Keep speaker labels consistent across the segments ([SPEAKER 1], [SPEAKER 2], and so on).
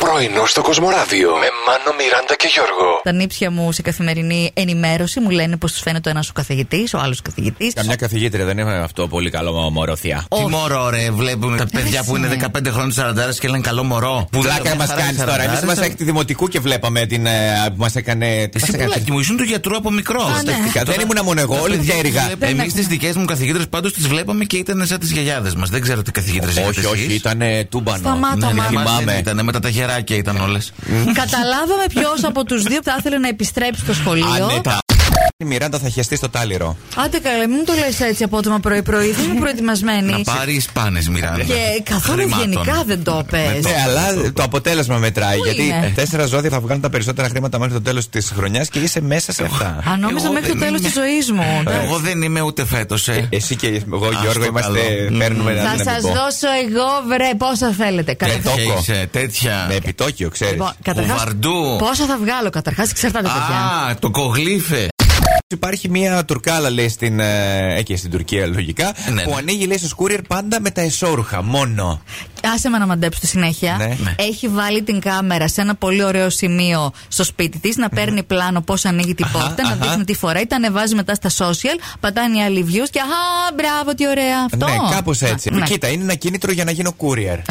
[SPEAKER 1] Πρωινό στο Κοσμοράδιο με Μάνο, Μιράντα και Γιώργο.
[SPEAKER 2] Τα νύψια μου σε καθημερινή ενημέρωση μου λένε πως τους φαίνεται ο ένας ο καθηγητής, ο άλλος καθηγητής.
[SPEAKER 3] Καμιά καθηγήτρια δεν είναι αυτό πολύ καλό μοροθιά.
[SPEAKER 2] Όχι.
[SPEAKER 4] Τι μωρό, ρε, βλέπουμε τα παιδιά
[SPEAKER 2] Άρεσε.
[SPEAKER 4] που είναι 15 χρόνια 40 και λένε καλό μωρό. Που
[SPEAKER 3] Πλάκα μα κάνεις τώρα. Εμείς είμαστε έκτη δημοτικού και βλέπαμε την. ε, που μας έκανε. τι μας
[SPEAKER 4] Εσύ
[SPEAKER 3] έκανε,
[SPEAKER 4] πουλάκι μου, ήσουν του γιατρού από μικρό.
[SPEAKER 2] Α, ναι.
[SPEAKER 3] τακτικά. Δεν ήμουν μόνο εγώ, όλοι διέρηγα.
[SPEAKER 4] Εμείς τις δικές μου καθηγήτρες πάντως τις βλέπαμε και ήταν σαν τις γιαγιάδες μας. Δεν ξέρω τι καθηγήτρες
[SPEAKER 3] Όχι, όχι, ήταν τούμπανο.
[SPEAKER 2] Σταμάτα,
[SPEAKER 3] Ναι,
[SPEAKER 2] μάνα.
[SPEAKER 3] Θυμάμαι.
[SPEAKER 4] Ήταν με τα ταχεράκια ήταν όλες.
[SPEAKER 2] Καταλάβαμε ποιος από τους δύο θα ήθελε να επιστρέψει στο σχολείο.
[SPEAKER 4] ναι,
[SPEAKER 3] Ανέτα. ναι, Η Μιράντα θα χεστεί στο τάλιρο.
[SPEAKER 2] Άντε καλέ, μην το λες έτσι απότομα πρωί-πρωί. Δεν είμαι
[SPEAKER 4] Να
[SPEAKER 2] προετοιμασμένη.
[SPEAKER 4] πάρει σπάνες, Μιράντα.
[SPEAKER 2] Και καθόλου
[SPEAKER 4] Χρημάτων.
[SPEAKER 2] γενικά δεν το πες.
[SPEAKER 3] Ναι, αλλά το αποτέλεσμα μετράει.
[SPEAKER 2] Πού
[SPEAKER 3] Γιατί
[SPEAKER 2] είναι?
[SPEAKER 3] τέσσερα ζώδια θα βγάλουν τα περισσότερα χρήματα μέχρι το τέλος της χρονιάς και είσαι μέσα σε αυτά.
[SPEAKER 2] Αν νόμιζα
[SPEAKER 4] Εγώ
[SPEAKER 2] μέχρι το
[SPEAKER 4] δεν
[SPEAKER 2] τέλος τη
[SPEAKER 4] είμαι.
[SPEAKER 2] ζωής μου.
[SPEAKER 4] Εγώ δεν είμαι ούτε φέτος, ε.
[SPEAKER 3] Εσύ και εγώ, Γιώργο,
[SPEAKER 4] το
[SPEAKER 3] είμαστε.
[SPEAKER 4] καλό.
[SPEAKER 3] Παίρνουμε ένα
[SPEAKER 2] Θα σα
[SPEAKER 3] δυναμικό.
[SPEAKER 2] δώσω εγώ, βρε, πόσα θέλετε. Καταρχάς-
[SPEAKER 3] τόκο.
[SPEAKER 4] Και είσαι τέτοια.
[SPEAKER 3] Με επιτόκιο, ξέρεις.
[SPEAKER 2] Λοιπόν, καταρχάς,
[SPEAKER 4] κουβαρντού.
[SPEAKER 2] Πόσα θα βγάλω, καταρχάς, εξαρτάται, παιδιά.
[SPEAKER 4] Α, το κογλίφε.
[SPEAKER 3] Υπάρχει μια τουρκάλα, λέει, στην, ε, εκεί στην Τουρκία, λογικά,
[SPEAKER 4] Ναι,
[SPEAKER 3] που
[SPEAKER 4] ναι.
[SPEAKER 3] ανοίγει, λέει, στο courier πάντα με τα εσόρουχα, μόνο.
[SPEAKER 2] Άσε με να μαντέψω τη συνέχεια.
[SPEAKER 3] Ναι. Ναι.
[SPEAKER 2] Έχει βάλει την κάμερα σε ένα πολύ ωραίο σημείο στο σπίτι της να παίρνει πλάνο πώς ανοίγει την πόρτα, να
[SPEAKER 3] αχα.
[SPEAKER 2] δείχνει τι φοράει, τα ανεβάζει μετά στα social, πατάνε οι άλλοι views και Α, μπράβο, τι ωραία αυτό.
[SPEAKER 3] Ναι, κάπως έτσι.
[SPEAKER 2] Α, ναι.
[SPEAKER 3] Κοίτα, είναι ένα κίνητρο για να γίνω courier.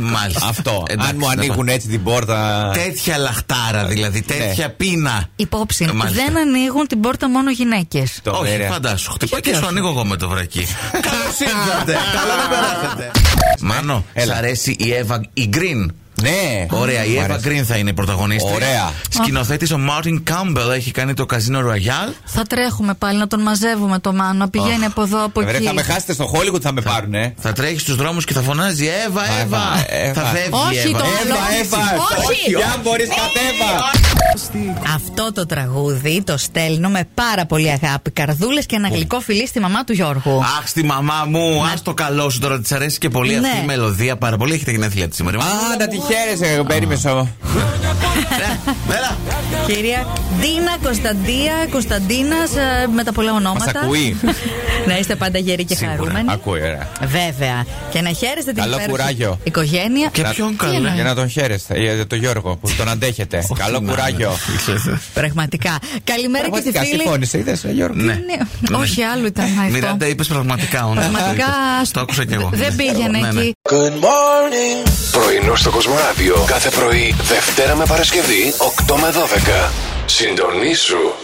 [SPEAKER 4] Μάλιστα.
[SPEAKER 3] Αυτό.
[SPEAKER 4] Εντάξει,
[SPEAKER 3] Αν μου
[SPEAKER 4] ναι.
[SPEAKER 3] ανοίγουν έτσι την πόρτα.
[SPEAKER 4] Τέτοια λαχτάρα δηλαδή, τέτοια πείνα.
[SPEAKER 2] Υπόψη,
[SPEAKER 4] Ε, μάλιστα.
[SPEAKER 2] δεν ανοίγουν την πόρτα μόνο γυναίκες.
[SPEAKER 3] Το
[SPEAKER 4] Όχι,
[SPEAKER 3] ωραία.
[SPEAKER 4] φαντάσου. Χτυπά και σου ανοίγω εγώ με το βρακί. Καλώς ήρθατε. Καλό να περάσατε. Μάνο, σ'
[SPEAKER 3] Έλα.
[SPEAKER 4] αρέσει η Εύα η Green.
[SPEAKER 3] Ναι.
[SPEAKER 4] Ωραία, η
[SPEAKER 3] Μ'
[SPEAKER 4] Εύα
[SPEAKER 3] αρέσει.
[SPEAKER 4] Green θα είναι η πρωταγωνίστρια.
[SPEAKER 3] Ωραία.
[SPEAKER 4] Σκηνοθέτης ο Μάρτιν Κάμπελ έχει κάνει το Καζίνο Ρογιάλ.
[SPEAKER 2] Θα τρέχουμε πάλι να τον μαζεύουμε το μάνο, πηγαίνει από εδώ, από
[SPEAKER 3] Ε, Βρε,
[SPEAKER 2] εκεί.
[SPEAKER 3] θα με χάσετε στο Hollywood, θα με πάρουνε.
[SPEAKER 4] Θα τρέχεις στους δρόμους και θα φωνάζει Εύα, Εύα.
[SPEAKER 3] Εύα.
[SPEAKER 4] Θα φεύγει
[SPEAKER 2] Όχι,
[SPEAKER 4] η Εύα.
[SPEAKER 2] το
[SPEAKER 4] Εύα,
[SPEAKER 2] άλλο.
[SPEAKER 4] Εύα.
[SPEAKER 2] Όχι.
[SPEAKER 3] αν μπορεί, κατέβα.
[SPEAKER 2] Αυτό το τραγούδι το στέλνω με πάρα πολύ αγάπη, καρδούλες και
[SPEAKER 3] Ναι.
[SPEAKER 2] ένα γλυκό φιλί στη μαμά του Γιώργου.
[SPEAKER 4] Αχ, στη μαμά μου, ας το καλό σου τώρα, της αρέσει και πολύ αυτή
[SPEAKER 2] Ναι.
[SPEAKER 4] η μελωδία πάρα πολύ. Έχετε γενέθλια τη σήμερα.
[SPEAKER 3] Α, να τη χαίρεσαι, περίμεσα.
[SPEAKER 4] Έλα.
[SPEAKER 2] Κυρία Ντίνα Κωνσταντία Κωνσταντίνας με τα πολλά ονόματα.
[SPEAKER 3] Μας ακούει.
[SPEAKER 2] να είστε πάντα γεροί και χαρούμενοι.
[SPEAKER 3] Ακούει, ωραία.
[SPEAKER 2] Βέβαια. Και να χαίρεστε την
[SPEAKER 3] Καλό
[SPEAKER 2] υπέροχη
[SPEAKER 3] κουράγιο.
[SPEAKER 2] οικογένεια.
[SPEAKER 4] Και
[SPEAKER 3] Να-
[SPEAKER 4] ποιον
[SPEAKER 3] Τι
[SPEAKER 4] καλό.
[SPEAKER 3] εννοείς? Για να τον χαίρεστε, για τον Γιώργο που τον αντέχετε. Καλό κουράγιο.
[SPEAKER 2] Πραγματικά. Καλημέρα και στη
[SPEAKER 3] Πραγματικά
[SPEAKER 2] φίλη.
[SPEAKER 3] συμφώνησες, είδες, Γιώργο.
[SPEAKER 4] Ναι.
[SPEAKER 2] Ναι, Όχι άλλο ήταν αυτό.
[SPEAKER 4] Μιράντα, είπες πραγματικά όντω.
[SPEAKER 2] Πραγματικά.
[SPEAKER 4] Το άκουσα κι εγώ.
[SPEAKER 2] Δεν πήγαινε
[SPEAKER 4] Ναι, ναι.
[SPEAKER 2] εκεί.
[SPEAKER 1] Πρωινό στο Κοσμοράδιο κάθε πρωί, Δευτέρα με Παρασκευή, 8 με 12. Συντονίσου.